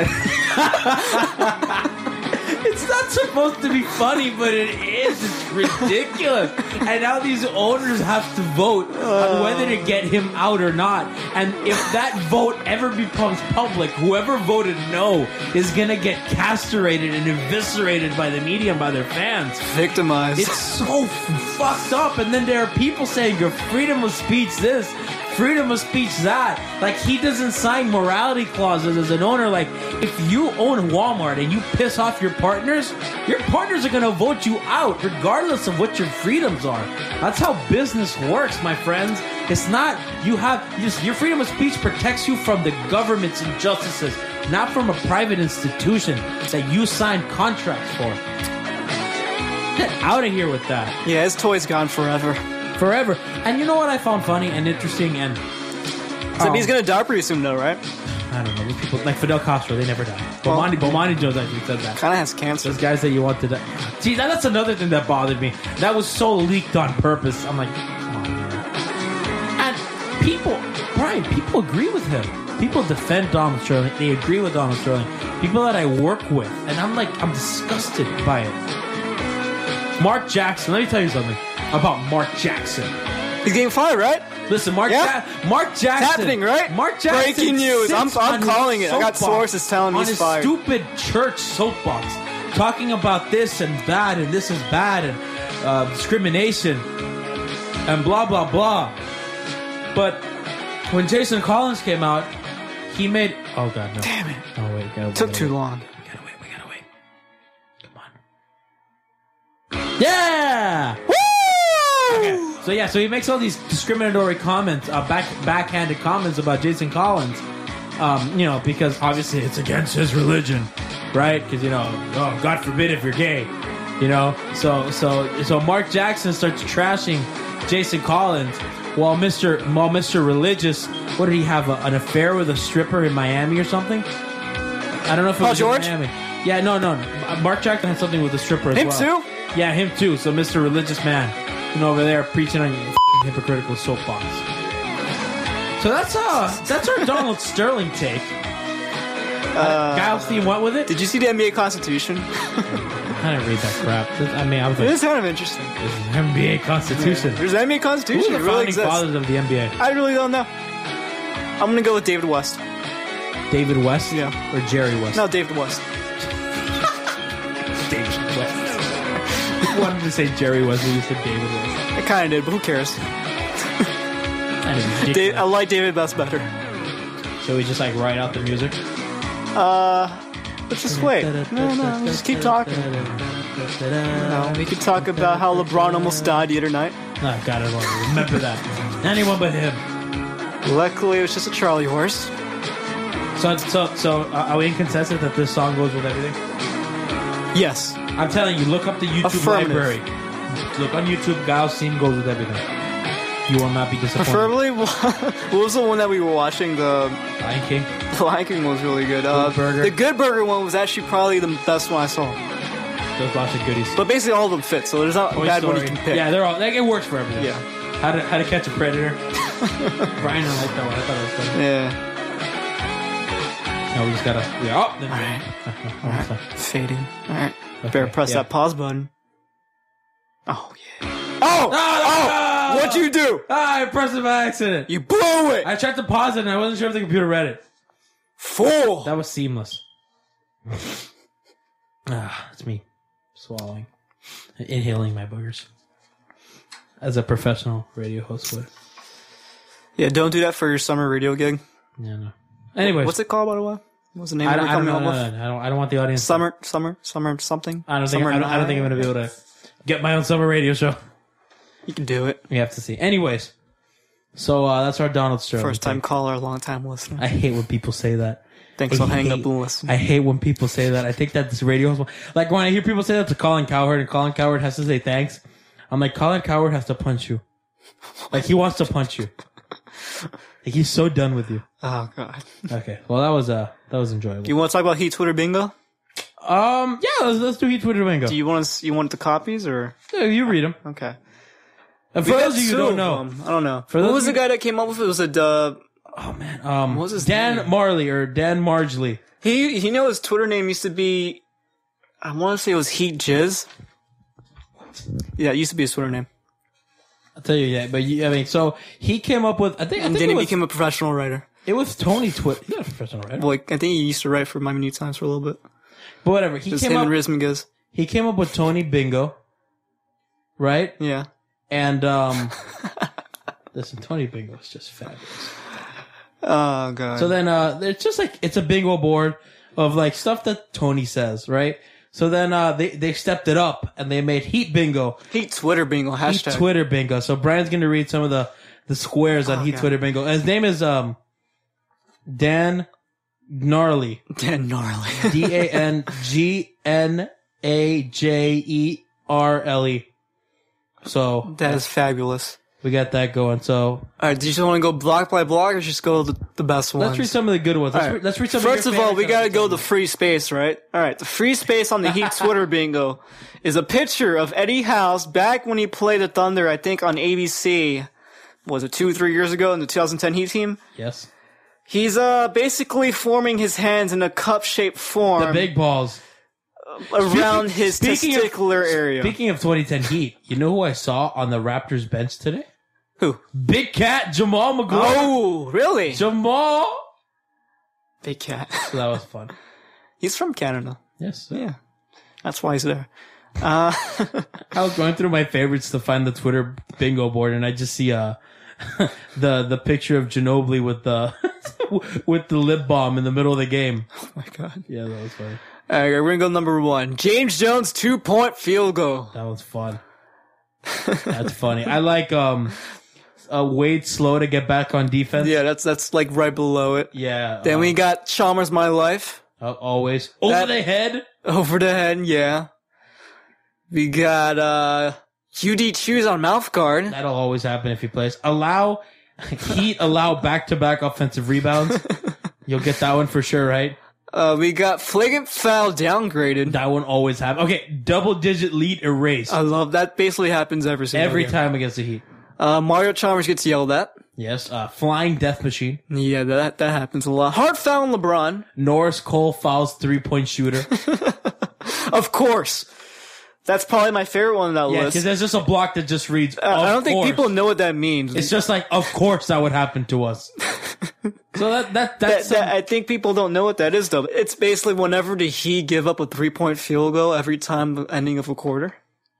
[SPEAKER 2] it's not supposed to be funny, but it is. It's ridiculous. and now these owners have to vote on whether to get him out or not. And if that vote ever becomes public, whoever voted no is gonna get castrated and eviscerated by the media and by their fans.
[SPEAKER 3] Victimized.
[SPEAKER 2] It's so f- fucked up. And then there are people saying your freedom of speech this, freedom of speech that. Like he doesn't sign morality clauses as an owner. Like if you own Walmart and you piss off your partners, your partners are gonna vote you out, regardless of what your freedoms are. That's how business works, my friends. It's not you have you- your freedom of speech protects you from the government's injustices, not from a private institution that you sign contracts for. Get out of here with that
[SPEAKER 3] yeah, his toy's gone forever.
[SPEAKER 2] forever. And you know what I found funny and interesting and
[SPEAKER 3] So
[SPEAKER 2] Um,
[SPEAKER 3] he's gonna die pretty soon, though, right?
[SPEAKER 2] I don't know these people like Fidel Castro, they never die.
[SPEAKER 3] Well-
[SPEAKER 2] Bomani Bomani Jones actually said that.
[SPEAKER 3] Kind of has cancer.
[SPEAKER 2] Those guys that you want to die. See, that, that's another thing that bothered me. That was so leaked on purpose. I'm like, come on, man. And people, Brian, people agree with him. People defend Donald Sterling. They agree with Donald Sterling. People that I work with, and I'm like, I'm disgusted by it. Mark Jackson, let me tell you something. about Mark Jackson.
[SPEAKER 3] He's getting fired, right?
[SPEAKER 2] Listen, Mark.
[SPEAKER 3] Yeah.
[SPEAKER 2] Ja- Mark Jackson.
[SPEAKER 3] It's happening, right?
[SPEAKER 2] Mark Jackson.
[SPEAKER 3] Breaking news. I'm-
[SPEAKER 2] sits
[SPEAKER 3] I'm
[SPEAKER 2] on his
[SPEAKER 3] calling it. I got
[SPEAKER 2] soapbox,
[SPEAKER 3] sources telling me
[SPEAKER 2] on
[SPEAKER 3] he's
[SPEAKER 2] his
[SPEAKER 3] fired.
[SPEAKER 2] Stupid church soapbox, talking about this and that, and this is bad, and uh, discrimination, and blah blah blah. But when Jason Collins came out, he made. Oh god, no!
[SPEAKER 3] Damn it.
[SPEAKER 2] Oh wait, we gotta, we
[SPEAKER 3] Took
[SPEAKER 2] gotta
[SPEAKER 3] too
[SPEAKER 2] wait.
[SPEAKER 3] long.
[SPEAKER 2] We gotta wait. We gotta wait. Come on. Yeah.
[SPEAKER 3] Woo!
[SPEAKER 2] So yeah, so he makes all these discriminatory comments, uh, back backhanded comments about Jason Collins. Um, you know, because obviously it's against his religion, right? Because you know, oh, God forbid if you're gay, you know. So so so Mark Jackson starts trashing Jason Collins, while Mister while Mister Religious, what did he have a, an affair with a stripper in Miami or something? I don't know if it
[SPEAKER 3] Paul
[SPEAKER 2] was in
[SPEAKER 3] George?
[SPEAKER 2] Miami. Yeah, no, no. Mark Jackson had something with a stripper as
[SPEAKER 3] Him
[SPEAKER 2] well.
[SPEAKER 3] too?
[SPEAKER 2] Yeah, him too. So Mr. Religious Man, you know, over there preaching on your f***ing hypocritical soapbox. So that's uh that's our Donald Sterling take. Uh, Giles Thien went with it.
[SPEAKER 3] Did you see the NBA Constitution?
[SPEAKER 2] I didn't read that crap. This- I mean, I was
[SPEAKER 3] It
[SPEAKER 2] like,
[SPEAKER 3] is kind of interesting.
[SPEAKER 2] this is an NBA Constitution.
[SPEAKER 3] There's an NBA
[SPEAKER 2] Who
[SPEAKER 3] Constitution.
[SPEAKER 2] are the
[SPEAKER 3] It really
[SPEAKER 2] founding
[SPEAKER 3] exists.
[SPEAKER 2] fathers of the NBA?
[SPEAKER 3] I really don't know. I'm gonna go with David West.
[SPEAKER 2] David West,
[SPEAKER 3] Yeah.
[SPEAKER 2] or Jerry West?
[SPEAKER 3] No, David West.
[SPEAKER 2] David West. I wanted to say Jerry West, but you said David West.
[SPEAKER 3] I kind of did, but who cares?
[SPEAKER 2] That is
[SPEAKER 3] Da- I
[SPEAKER 2] ridiculous.
[SPEAKER 3] like David West better.
[SPEAKER 2] Should we just like write out the music?
[SPEAKER 3] Uh, let's just wait. No, no, just keep talking. No, we could talk about how LeBron almost died the other night.
[SPEAKER 2] Oh, God, I don't remember that. Anyone but him.
[SPEAKER 3] Luckily, it was just a Charlie horse.
[SPEAKER 2] So, so, so, uh, are we in consensus that this song goes with everything?
[SPEAKER 3] Yes.
[SPEAKER 2] I'm telling you, look up the YouTube
[SPEAKER 3] Affirmative.
[SPEAKER 2] library. Look on YouTube, Gao Scene goes with everything. You will not be disappointed.
[SPEAKER 3] Preferably, what was the one that we were watching? The
[SPEAKER 2] Lion King.
[SPEAKER 3] The Lion King one was really good. Uh,
[SPEAKER 2] Good Burger.
[SPEAKER 3] The Good Burger one was actually probably the best one I saw.
[SPEAKER 2] There's lots of goodies.
[SPEAKER 3] But basically, all of them fit, so there's not a
[SPEAKER 2] Toy
[SPEAKER 3] bad one you
[SPEAKER 2] Story.
[SPEAKER 3] can pick.
[SPEAKER 2] Yeah, they're all like it works for everything.
[SPEAKER 3] Yeah.
[SPEAKER 2] How to How to Catch a Predator. Brian didn't like that one. I thought it was funny.
[SPEAKER 3] Yeah.
[SPEAKER 2] No, we just gotta. Yeah. Oh, never mind. Almost done.
[SPEAKER 3] Fading. All right.
[SPEAKER 2] Okay,
[SPEAKER 3] Better press
[SPEAKER 2] yeah.
[SPEAKER 3] that pause button. Oh yeah. Oh! Oh! What'd you do?
[SPEAKER 2] Ah, I pressed it by accident.
[SPEAKER 3] You blew it,
[SPEAKER 2] I tried to pause it and I wasn't sure if the computer read it.
[SPEAKER 3] fool!
[SPEAKER 2] That was seamless. ah, it's me swallowing, inhaling my boogers, as a professional radio host would.
[SPEAKER 3] Yeah, don't do that for your summer radio gig.
[SPEAKER 2] Yeah, no. Anyways,
[SPEAKER 3] What's it called, by the way? What was the name
[SPEAKER 2] I
[SPEAKER 3] we
[SPEAKER 2] don't,
[SPEAKER 3] were
[SPEAKER 2] I don't,
[SPEAKER 3] coming
[SPEAKER 2] know,
[SPEAKER 3] up
[SPEAKER 2] no,
[SPEAKER 3] with?
[SPEAKER 2] no, no, I don't. I don't want the audience.
[SPEAKER 3] Summer, summer, summer, something.
[SPEAKER 2] I don't think.
[SPEAKER 3] Summer
[SPEAKER 2] I don't, I don't think I'm gonna be able to get my own summer radio show.
[SPEAKER 3] You can do it.
[SPEAKER 2] We have to see. Anyways, so uh, that's our Donald Sterling.
[SPEAKER 3] First time
[SPEAKER 2] take.
[SPEAKER 3] caller, long time listener.
[SPEAKER 2] I hate when people say that.
[SPEAKER 3] Thanks. I'll
[SPEAKER 2] I
[SPEAKER 3] hang
[SPEAKER 2] hate-
[SPEAKER 3] up and listen.
[SPEAKER 2] I hate when people say that. I think that this radio host, like when I hear people say that to Colin Cowherd and Colin Cowherd has to say thanks, I'm like, Colin Cowherd has to punch you. Like he wants to punch you. Like he's so done with you.
[SPEAKER 3] Oh god.
[SPEAKER 2] Okay. Well, that was, uh, that was enjoyable.
[SPEAKER 3] You want to talk about Heat Twitter Bingo?
[SPEAKER 2] Um, yeah, let's, let's do Heat Twitter Bingo.
[SPEAKER 3] Do
[SPEAKER 2] You,
[SPEAKER 3] you want us, you want the copies or
[SPEAKER 2] you read them.
[SPEAKER 3] okay?
[SPEAKER 2] And for
[SPEAKER 3] We
[SPEAKER 2] those
[SPEAKER 3] got
[SPEAKER 2] of you who
[SPEAKER 3] two
[SPEAKER 2] don't know,
[SPEAKER 3] them. I don't know.
[SPEAKER 2] For those
[SPEAKER 3] Who was
[SPEAKER 2] of
[SPEAKER 3] the
[SPEAKER 2] you-
[SPEAKER 3] guy that came up with it? It Was a uh,
[SPEAKER 2] oh man, um,
[SPEAKER 3] What was his
[SPEAKER 2] Dan
[SPEAKER 3] name?
[SPEAKER 2] Marley or Dan Margley.
[SPEAKER 3] he? He know his Twitter name used to be. I want to say it was Heat Jizz. Yeah, it used to be his Twitter name,
[SPEAKER 2] I'll tell you, yeah, but you, I mean, so he came up with, I think, I think
[SPEAKER 3] and then
[SPEAKER 2] it,
[SPEAKER 3] he
[SPEAKER 2] was,
[SPEAKER 3] became a professional writer.
[SPEAKER 2] it was Tony Twitter. He's not a professional writer.
[SPEAKER 3] Well, like, I think he used to write for Miami New Times for a little bit.
[SPEAKER 2] But whatever. He
[SPEAKER 3] Just
[SPEAKER 2] came
[SPEAKER 3] him
[SPEAKER 2] up,
[SPEAKER 3] and Riz Mingus.
[SPEAKER 2] he came up with Tony Bingo, right?
[SPEAKER 3] Yeah,
[SPEAKER 2] And um, listen, Tony Bingo is just fabulous.
[SPEAKER 3] Oh god.
[SPEAKER 2] So then uh, it's just like it's a bingo board of like stuff that Tony says, right? So then uh, they they stepped it up and they made Heat Bingo,
[SPEAKER 3] Heat Twitter bingo
[SPEAKER 2] Heat
[SPEAKER 3] hashtag.
[SPEAKER 2] Twitter Bingo. So Brian's gonna read some of the the squares on Heat
[SPEAKER 3] Okay.
[SPEAKER 2] Twitter Bingo. And his name is um Dan Gnarly,
[SPEAKER 3] Dan gnarly.
[SPEAKER 2] D A N G N A J E R L E. So
[SPEAKER 3] that is fabulous.
[SPEAKER 2] we got that going. So
[SPEAKER 3] All right, do you just want to go block by block or just go the, the best ones?
[SPEAKER 2] Let's read some of the good ones. Let's,
[SPEAKER 3] All
[SPEAKER 2] read,
[SPEAKER 3] right.
[SPEAKER 2] let's read some.
[SPEAKER 3] First
[SPEAKER 2] of,
[SPEAKER 3] of
[SPEAKER 2] your
[SPEAKER 3] all, we
[SPEAKER 2] favorites.
[SPEAKER 3] gotta go the free space, right? All right, the free space on the Heat Twitter bingo is a picture of Eddie House back when he played the Thunder, I think, on ABC. Was it two, three years ago in the 2010 Heat team?
[SPEAKER 2] Yes,
[SPEAKER 3] He's uh basically forming his hands in a cup-shaped form.
[SPEAKER 2] the big balls.
[SPEAKER 3] around his
[SPEAKER 2] speaking of-
[SPEAKER 3] testicular area.
[SPEAKER 2] Speaking of 2010 Heat, you know who I saw on the Raptors bench today?
[SPEAKER 3] Who?
[SPEAKER 2] Big Cat Jamal McGraw.
[SPEAKER 3] Oh, really?
[SPEAKER 2] Jamal.
[SPEAKER 3] Big cat.
[SPEAKER 2] So that was fun.
[SPEAKER 3] He's from Canada.
[SPEAKER 2] Yes. sir.
[SPEAKER 3] Yeah, that's why he's there.
[SPEAKER 2] Oh
[SPEAKER 3] Uh,
[SPEAKER 2] I was going through my favorites to find the Twitter bingo board, and I just see uh the the picture of Ginobili with the with the lip balm in the middle of the game.
[SPEAKER 3] oh my god.
[SPEAKER 2] Yeah, that was fun.
[SPEAKER 3] All right, we're gonna go number one. James Jones two point field goal.
[SPEAKER 2] That was fun. That's funny. I like um uh, Wade slow to get back on defense.
[SPEAKER 3] Yeah, that's that's like right below it.
[SPEAKER 2] Yeah.
[SPEAKER 3] Then
[SPEAKER 2] um,
[SPEAKER 3] we got Chalmers My Life
[SPEAKER 2] uh, always over
[SPEAKER 3] That-
[SPEAKER 2] the head.
[SPEAKER 3] over the head. Yeah. We got uh UD Choose on mouth guard.
[SPEAKER 2] That'll always happen if he plays. Allow Heat allow back to back offensive rebounds. You'll get that one for sure, right?
[SPEAKER 3] Uh, we got flagrant foul downgraded.
[SPEAKER 2] That one always happens. Okay, double digit lead erased
[SPEAKER 3] I love that. Basically happens every single
[SPEAKER 2] every
[SPEAKER 3] game.
[SPEAKER 2] time against the Heat.
[SPEAKER 3] Uh, Mario Chalmers gets yelled at.
[SPEAKER 2] Yes, uh, flying death machine.
[SPEAKER 3] Yeah, that that happens a lot. Hard foul on LeBron,
[SPEAKER 2] Norris Cole fouls three point shooter.
[SPEAKER 3] of course. That's probably my favorite one on that
[SPEAKER 2] yeah, because
[SPEAKER 3] list.
[SPEAKER 2] there's just a block that just reads.
[SPEAKER 3] Uh, I
[SPEAKER 2] "Of
[SPEAKER 3] don't think
[SPEAKER 2] course."
[SPEAKER 3] people know what that means.
[SPEAKER 2] It's just like, of course, that would happen to us. so that that
[SPEAKER 3] that,
[SPEAKER 2] that's
[SPEAKER 3] that, I think people don't know what that is though. It's basically whenever did he give up a three point field goal every time the ending of a quarter,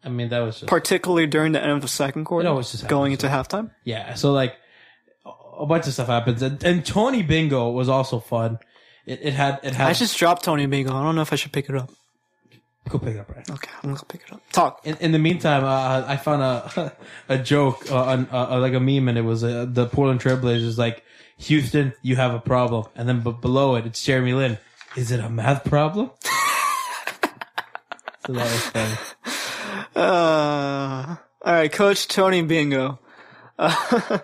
[SPEAKER 2] I mean, that was just
[SPEAKER 3] particularly during the end of the second quarter,
[SPEAKER 2] It always just happens,
[SPEAKER 3] going into halftime.
[SPEAKER 2] yeah. So like a bunch of stuff happens, and, and Tony Bingo was also fun. It, it had it had.
[SPEAKER 3] I just dropped Tony Bingo. I don't know if I should pick it up.
[SPEAKER 2] go pick it up, right?
[SPEAKER 3] Okay, I'm gonna pick it up. Talk.
[SPEAKER 2] In, in the meantime, uh, I found a a joke, uh, on, uh, like a meme, and it was uh, the Portland Trailblazers like Houston, you have a problem, and then b- below it, it's Jeremy Lin. Is it a math problem? so that was funny.
[SPEAKER 3] Uh, all right, Coach Tony Bingo. Uh,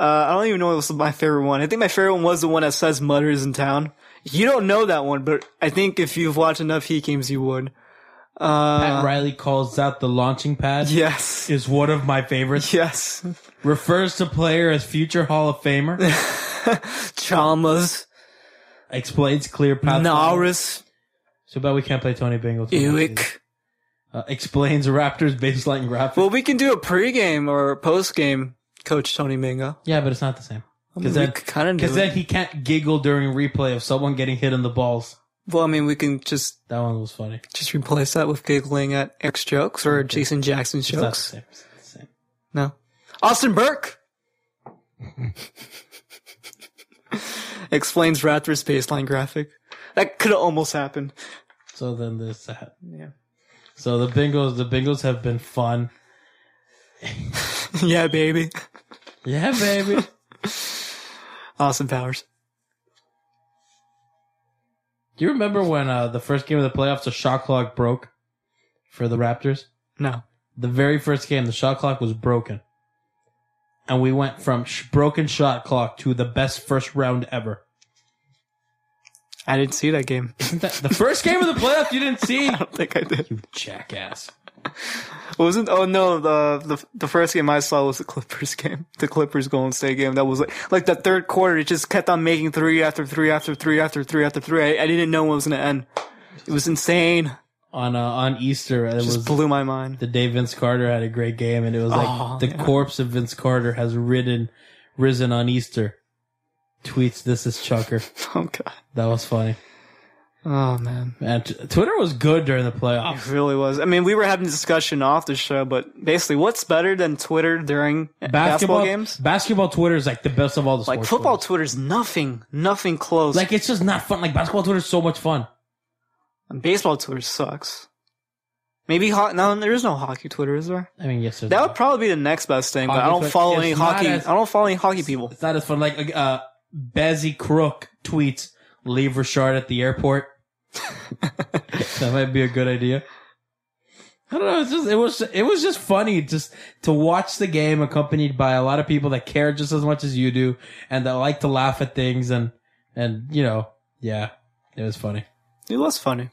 [SPEAKER 3] uh, I don't even know what was my favorite one. I think my favorite one was the one that says Mutters in town. You don't know that one, but I think if you've watched enough Heat games, you would. Uh,
[SPEAKER 2] Pat Riley calls out the launching pad.
[SPEAKER 3] Yes.
[SPEAKER 2] Is one of my favorites.
[SPEAKER 3] Yes.
[SPEAKER 2] Refers to player as future Hall of Famer.
[SPEAKER 3] Chalmers.
[SPEAKER 2] Explains clear path.
[SPEAKER 3] Norris.
[SPEAKER 2] So bad we can't play Tony Bingo. too much either.
[SPEAKER 3] Ewick.
[SPEAKER 2] Uh, explains Raptors baseline graphic.
[SPEAKER 3] Well, we can do a pregame or postgame, Coach Tony Mingo.
[SPEAKER 2] yeah, but it's not the same. Because
[SPEAKER 3] we
[SPEAKER 2] then,
[SPEAKER 3] kind of do
[SPEAKER 2] because then
[SPEAKER 3] it.
[SPEAKER 2] he can't giggle during replay of someone getting hit in the balls.
[SPEAKER 3] Well, I mean, we can just
[SPEAKER 2] That one was funny.
[SPEAKER 3] just replace that with giggling at Eric's jokes or Jason Jackson's
[SPEAKER 2] It's not the
[SPEAKER 3] jokes.
[SPEAKER 2] same. It's not the same.
[SPEAKER 3] No. Austin Burke explains Raptors baseline graphic. That could have almost happened.
[SPEAKER 2] So then there's that.
[SPEAKER 3] Yeah.
[SPEAKER 2] So the Bingos, the Bingos have been fun.
[SPEAKER 3] yeah, baby.
[SPEAKER 2] Yeah, baby.
[SPEAKER 3] Austin Powers.
[SPEAKER 2] Do you remember when uh, the first game of the playoffs, the shot clock broke for the Raptors?
[SPEAKER 3] No.
[SPEAKER 2] The very first game, the shot clock was broken. And we went from sh- broken shot clock to the best first round ever.
[SPEAKER 3] I didn't see that game. I
[SPEAKER 2] Isn't that the first game of the playoffs you didn't see?
[SPEAKER 3] don't think I did.
[SPEAKER 2] You jackass.
[SPEAKER 3] Wasn't oh no the the the first game I saw was the Clippers game, the Clippers Golden State game. That was like like the third quarter. It just kept on making three after three after three after three after three. I, I didn't know when it was gonna end. It was insane.
[SPEAKER 2] On uh, on Easter, it
[SPEAKER 3] Just
[SPEAKER 2] was
[SPEAKER 3] blew my mind.
[SPEAKER 2] the day Vince Carter had a great game, and it was like
[SPEAKER 3] Oh,
[SPEAKER 2] the
[SPEAKER 3] yeah.
[SPEAKER 2] corpse of Vince Carter has ridden, risen on Easter. Tweets, this is Chucker.
[SPEAKER 3] Oh god.
[SPEAKER 2] That was funny.
[SPEAKER 3] Oh man.
[SPEAKER 2] Man, t- Twitter was good during the
[SPEAKER 3] It
[SPEAKER 2] playoffs.
[SPEAKER 3] really was. I mean, we were having a discussion off the show, but basically, what's better than Twitter during basketball,
[SPEAKER 2] Basketball,
[SPEAKER 3] games?
[SPEAKER 2] basketball Twitter is like the best of all the
[SPEAKER 3] Like
[SPEAKER 2] sports
[SPEAKER 3] football
[SPEAKER 2] Twitters.
[SPEAKER 3] Twitter's nothing, nothing close.
[SPEAKER 2] Like it's just not fun. Like basketball Twitter is so much fun.
[SPEAKER 3] And baseball Twitter sucks. Maybe ho- no, there is no hockey Twitter, is there?
[SPEAKER 2] I mean, yes, there's
[SPEAKER 3] That would probably be the next best thing, but I
[SPEAKER 2] Hockey
[SPEAKER 3] don't
[SPEAKER 2] Twitter-
[SPEAKER 3] follow
[SPEAKER 2] it's
[SPEAKER 3] any
[SPEAKER 2] not
[SPEAKER 3] hockey.
[SPEAKER 2] as-
[SPEAKER 3] I don't follow any hockey people.
[SPEAKER 2] It's not as fun. Like uh, Bezzy Crook tweets, "Leave Richard at the airport." that might be a good idea. I don't know. It's just it was it was just funny just to watch the game accompanied by a lot of people that care just as much as you do and that like to laugh at things and and you know yeah it was funny.
[SPEAKER 3] It was funny.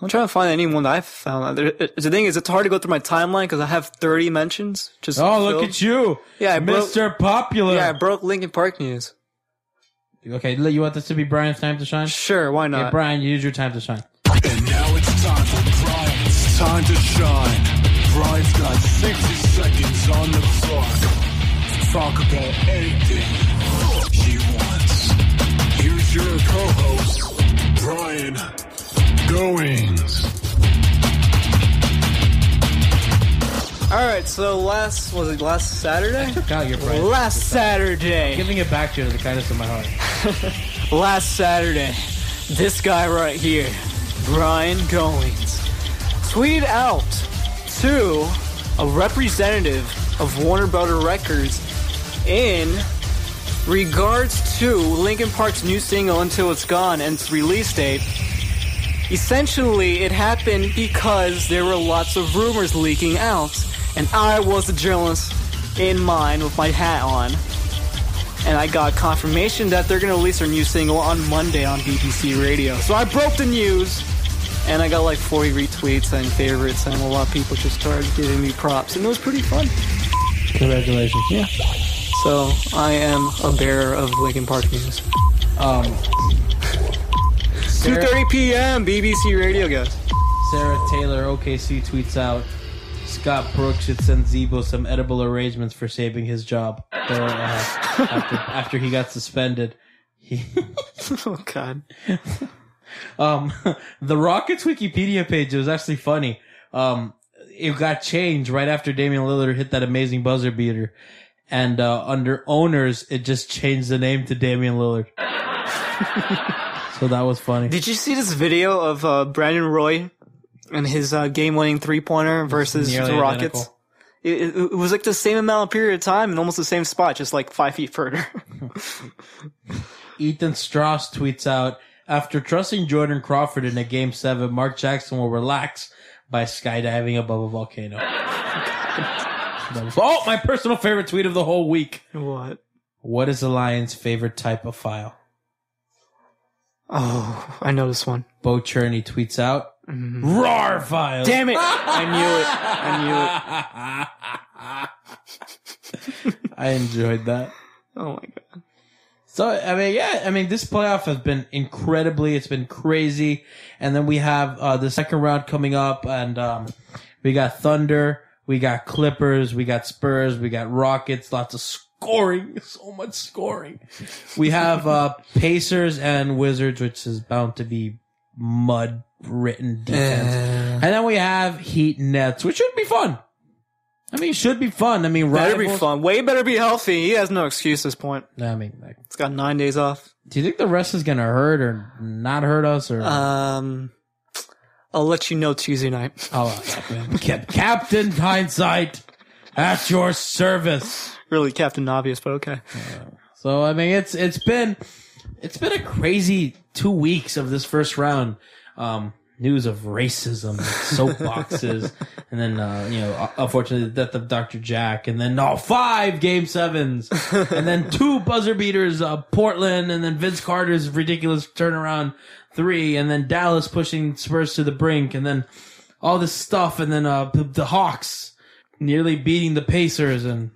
[SPEAKER 3] I'm trying to find anyone that I found. There- it- The thing is, it's hard to go through my timeline because I have 30 mentions. Just
[SPEAKER 2] Oh look
[SPEAKER 3] filled.
[SPEAKER 2] at you,
[SPEAKER 3] Yeah, I broke-
[SPEAKER 2] Mister Popular.
[SPEAKER 3] Yeah, I broke Lincoln Park news.
[SPEAKER 2] okay, you want this to be Brian's time to shine?
[SPEAKER 3] Sure, why
[SPEAKER 2] Okay,
[SPEAKER 3] not?
[SPEAKER 2] Brian, use your time to shine.
[SPEAKER 4] And now it's time for Brian. It's time to shine. Brian's got 60 seconds on the clock. Talk about anything he wants. Here's your co-host, Brian Goings.
[SPEAKER 3] All right, so last was it last Saturday?
[SPEAKER 2] God, you're right.
[SPEAKER 3] Last Saturday,
[SPEAKER 2] Giving it back to you to the kindness of my heart.
[SPEAKER 3] last Saturday, this guy right here, Brian Goins, tweeted out to a representative of Warner Brother Records in regards to Linkin Park's new single Until It's Gone and its release date. Essentially, it happened because there were lots of rumors leaking out, and I was a journalist in mine with my hat on. And I got confirmation that they're gonna release their new single on Monday on BBC Radio. So I broke the news, and I got like 40 retweets and favorites, and a lot of people just started giving me props, and it was pretty fun.
[SPEAKER 2] Congratulations. Yeah.
[SPEAKER 3] So I am a bearer of Linkin Park news.
[SPEAKER 2] Um,
[SPEAKER 3] 2:30 p.m. BBC Radio, guys.
[SPEAKER 2] Sarah Taylor OKC tweets out Scott Brooks should send Zebo some edible arrangements for saving his job. Uh, after, after he got suspended. He,
[SPEAKER 3] oh God.
[SPEAKER 2] um, the Rockets Wikipedia page was actually funny. Um, it got changed right after Damian Lillard hit that amazing buzzer beater. And uh, under owners, it just changed the name to Damian Lillard. so that was funny.
[SPEAKER 3] Did you see this video of uh, Brandon Roy and his uh, game-winning three-pointer versus
[SPEAKER 2] nearly
[SPEAKER 3] the Rockets?
[SPEAKER 2] identical.
[SPEAKER 3] It, it, it was like the same amount of period of time and almost the same spot, just like five feet further.
[SPEAKER 2] Ethan Strauss tweets out after trusting Jordan Crawford in a game seven, Mark Jackson will relax by skydiving above a volcano. That was- oh, my personal favorite tweet of the whole week.
[SPEAKER 3] what?
[SPEAKER 2] What is the lion's favorite type of file?
[SPEAKER 3] Oh, I know this one.
[SPEAKER 2] Bo Cherney tweets out Roar file.
[SPEAKER 3] Damn it! I knew it. I
[SPEAKER 2] I enjoyed that.
[SPEAKER 3] knew it. Oh my god.
[SPEAKER 2] So I mean, yeah, I mean, this playoff has been incredibly. It's been crazy, and then we have uh, the second round coming up, and um, we got Thunder, we got Clippers, we got Spurs, we got Rockets. Lots of scoring, so much scoring. We have uh, Pacers and Wizards, which is bound to be mud written defense, and then we have Heat and Nets, which should be fun. I mean, should be fun. I mean,
[SPEAKER 3] Better be
[SPEAKER 2] rivals-
[SPEAKER 3] fun. Way better be healthy. He has no excuse at this point.
[SPEAKER 2] I mean, like,
[SPEAKER 3] He's got nine days off.
[SPEAKER 2] do you think the rest is gonna hurt or not hurt us or?
[SPEAKER 3] Um, I'll let you know Tuesday night.
[SPEAKER 2] Oh, uh, Cap- Captain Hindsight, at your service.
[SPEAKER 3] really, Captain Obvious, but okay.
[SPEAKER 2] So I mean, it's it's been it's been a crazy two weeks of this first round. Um, news of racism, soapboxes, and then uh, you know, unfortunately, the death of Dr. Jack, and then all five game sevens, and then two buzzer beaters, uh, Portland, and then Vince Carter's ridiculous turnaround three, and then Dallas pushing Spurs to the brink, and then all this stuff, and then uh, the, the Hawks nearly beating the Pacers, and.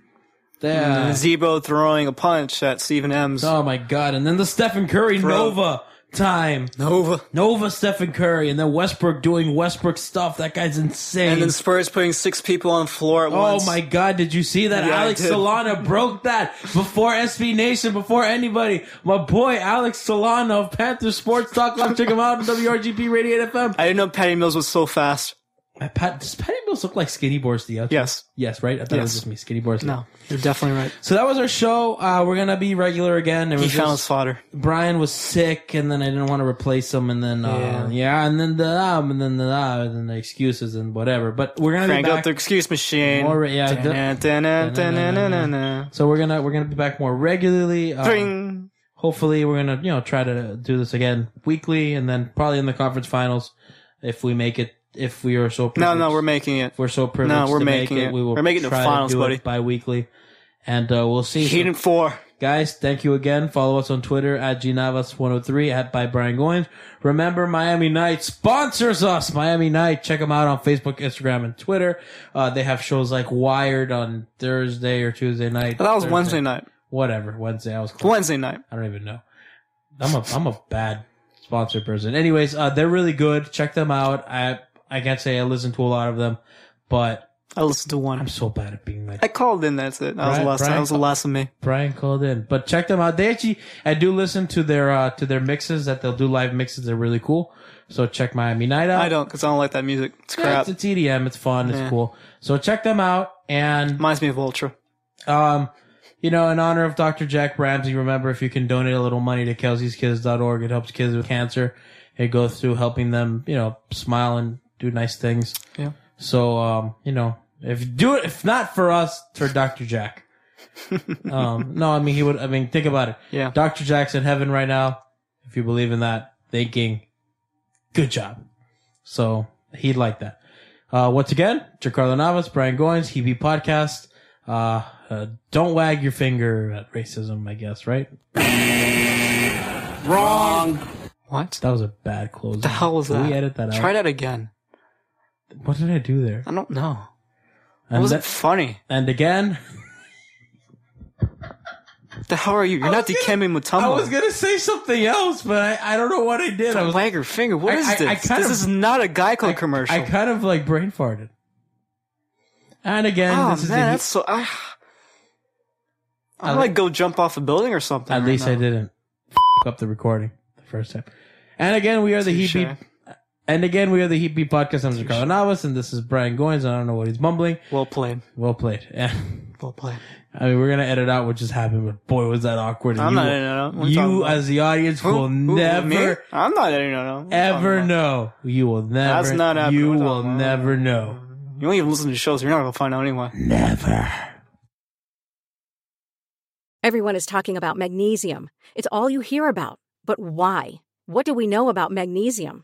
[SPEAKER 2] Yeah.
[SPEAKER 3] Zebo throwing a punch at Stephen M's.
[SPEAKER 2] Oh my god! And then the Stephen Curry
[SPEAKER 3] Bro.
[SPEAKER 2] Nova time,
[SPEAKER 3] Nova.
[SPEAKER 2] Nova Stephen Curry, and then Westbrook doing Westbrook stuff. That guy's insane.
[SPEAKER 3] And then Spurs putting six people on the floor at
[SPEAKER 2] oh
[SPEAKER 3] once.
[SPEAKER 2] my god! Did you see that?
[SPEAKER 3] Yeah, I
[SPEAKER 2] Alex
[SPEAKER 3] did.
[SPEAKER 2] Solana broke that before SB Nation, before anybody. My boy Alex Solana of Panther Sports Talk. Live. Check him out on WRGP Radio FM.
[SPEAKER 3] I didn't know Patty Mills was so fast.
[SPEAKER 2] Uh, Pat, does Patty Mills look like Skinny Borsdia?
[SPEAKER 3] Yes.
[SPEAKER 2] Yes, right. I thought it was
[SPEAKER 3] Yes.
[SPEAKER 2] just me, Skinny Borsdia.
[SPEAKER 3] No, you're definitely right.
[SPEAKER 2] So that was our show. Uh, we're gonna be regular again. It
[SPEAKER 3] He
[SPEAKER 2] was
[SPEAKER 3] found
[SPEAKER 2] just-
[SPEAKER 3] his fodder.
[SPEAKER 2] Brian was sick, and then I didn't want to replace him, and then uh, yeah.
[SPEAKER 3] Yeah.
[SPEAKER 2] and then the um, and then the uh, and then the excuses and whatever. But we're gonna
[SPEAKER 3] Crank
[SPEAKER 2] be
[SPEAKER 3] up
[SPEAKER 2] back.
[SPEAKER 3] the excuse machine.
[SPEAKER 2] More, yeah,
[SPEAKER 3] Dun-dun, dun-dun, dun-dun, dun-dun.
[SPEAKER 2] so we're gonna we're gonna be back more regularly. Um,
[SPEAKER 3] Dring.
[SPEAKER 2] Hopefully, we're gonna you know try to do this again weekly, and then probably in the conference finals if we make it. If we are so
[SPEAKER 3] No,
[SPEAKER 2] privileged.
[SPEAKER 3] no, we're making it.
[SPEAKER 2] if we're so privileged.
[SPEAKER 3] No, we're
[SPEAKER 2] to
[SPEAKER 3] making
[SPEAKER 2] make it.
[SPEAKER 3] it.
[SPEAKER 2] We will.
[SPEAKER 3] We're making the
[SPEAKER 2] try
[SPEAKER 3] finals,
[SPEAKER 2] to do
[SPEAKER 3] buddy.
[SPEAKER 2] It bi-weekly, and uh, we'll see.
[SPEAKER 3] Heat and four.
[SPEAKER 2] Guys, thank you again. Follow us on Twitter at GNavas103 at by Brian Goins. Remember, Miami Night sponsors us. Miami Night. Check them out on Facebook, Instagram, and Twitter. Uh, they have shows like Wired on Thursday or Tuesday night.
[SPEAKER 3] But that was
[SPEAKER 2] Thursday.
[SPEAKER 3] Wednesday night.
[SPEAKER 2] Whatever. Wednesday. I was. Close.
[SPEAKER 3] Wednesday night.
[SPEAKER 2] I don't even know. I'm a. I'm a bad sponsor person. Anyways, uh, they're really good. Check them out. I I can't say I listen to a lot of them, but
[SPEAKER 3] I listened to one.
[SPEAKER 2] I'm so bad at being like
[SPEAKER 3] I called in. That's it. That was the
[SPEAKER 2] Brian-
[SPEAKER 3] last. That
[SPEAKER 2] Brian-
[SPEAKER 3] was the last of me.
[SPEAKER 2] Brian called in. But check them out. They actually I do listen to their uh, to their mixes that they'll do live mixes. They're really cool. So check Miami Night out.
[SPEAKER 3] I don't because I don't like that music. It's
[SPEAKER 2] Yeah,
[SPEAKER 3] crap.
[SPEAKER 2] it's, it's EDM. It's fun. It's
[SPEAKER 3] Yeah.
[SPEAKER 2] cool. So check them out. And
[SPEAKER 3] Reminds me of Ultra.
[SPEAKER 2] Um, you know, in honor of Dr. Jack Ramsey, remember if you can donate a little money to kelseyskids.org, it helps kids with cancer. It goes through helping them, you know, smile and do nice things.
[SPEAKER 3] Yeah.
[SPEAKER 2] So, um, you know, if you do it, if not for us, for Dr. Jack. um, no, I mean, he would, I mean, think about it.
[SPEAKER 3] Yeah.
[SPEAKER 2] Dr. Jack's in heaven right now. If you believe in that, thinking, good job. So he'd like that. Uh, once again, Giancarlo Navas, Brian Goins, Hebe Podcast. Uh, uh, don't wag your finger at racism, I guess, right?
[SPEAKER 3] What?
[SPEAKER 2] That was a bad close.
[SPEAKER 3] The hell was that?
[SPEAKER 2] we edit that out?
[SPEAKER 3] Try that again.
[SPEAKER 2] What did I do there?
[SPEAKER 3] I don't know. It
[SPEAKER 2] And,
[SPEAKER 3] wasn't
[SPEAKER 2] that-
[SPEAKER 3] funny.
[SPEAKER 2] and again,
[SPEAKER 3] The hell are you? You're not Dikembe Mutombo.
[SPEAKER 2] I was gonna say something else, but I, I don't know what I did. I was
[SPEAKER 3] Wag your finger. What
[SPEAKER 2] I-
[SPEAKER 3] is
[SPEAKER 2] I-
[SPEAKER 3] this?
[SPEAKER 2] I kind
[SPEAKER 3] this
[SPEAKER 2] of-
[SPEAKER 3] is not a Geico
[SPEAKER 2] I-
[SPEAKER 3] commercial.
[SPEAKER 2] I kind of like brain farted. And again,
[SPEAKER 3] oh
[SPEAKER 2] this is the-
[SPEAKER 3] man, that's so. I, I
[SPEAKER 2] At
[SPEAKER 3] like go jump off a building or something.
[SPEAKER 2] At
[SPEAKER 3] right
[SPEAKER 2] least I
[SPEAKER 3] now.
[SPEAKER 2] didn't f- up the recording the first time. And again, we are the Heat
[SPEAKER 3] Touche.
[SPEAKER 2] Beat. And again, we are the Heat Beat podcast. I'm Ricardo Navas, and this is Brian Goins. I don't know what he's mumbling.
[SPEAKER 3] Well played.
[SPEAKER 2] Well played. Yeah.
[SPEAKER 3] Well played.
[SPEAKER 2] I mean, we're gonna edit out what just happened, but boy, was that awkward. And
[SPEAKER 3] I'm
[SPEAKER 2] you,
[SPEAKER 3] not editing it out. What are you talking
[SPEAKER 2] You,
[SPEAKER 3] about?
[SPEAKER 2] as the audience,
[SPEAKER 3] Who-
[SPEAKER 2] will
[SPEAKER 3] who, me?
[SPEAKER 2] never,
[SPEAKER 3] I'm not editing it out. What are you
[SPEAKER 2] ever
[SPEAKER 3] talking about?
[SPEAKER 2] know. You will never.
[SPEAKER 3] That's not happening.
[SPEAKER 2] You
[SPEAKER 3] What
[SPEAKER 2] will
[SPEAKER 3] the-
[SPEAKER 2] never know.
[SPEAKER 3] You don't even listen to shows. You're not gonna find out anyway.
[SPEAKER 2] Never.
[SPEAKER 5] Everyone is talking about magnesium. It's all you hear about. But why? What do we know about magnesium?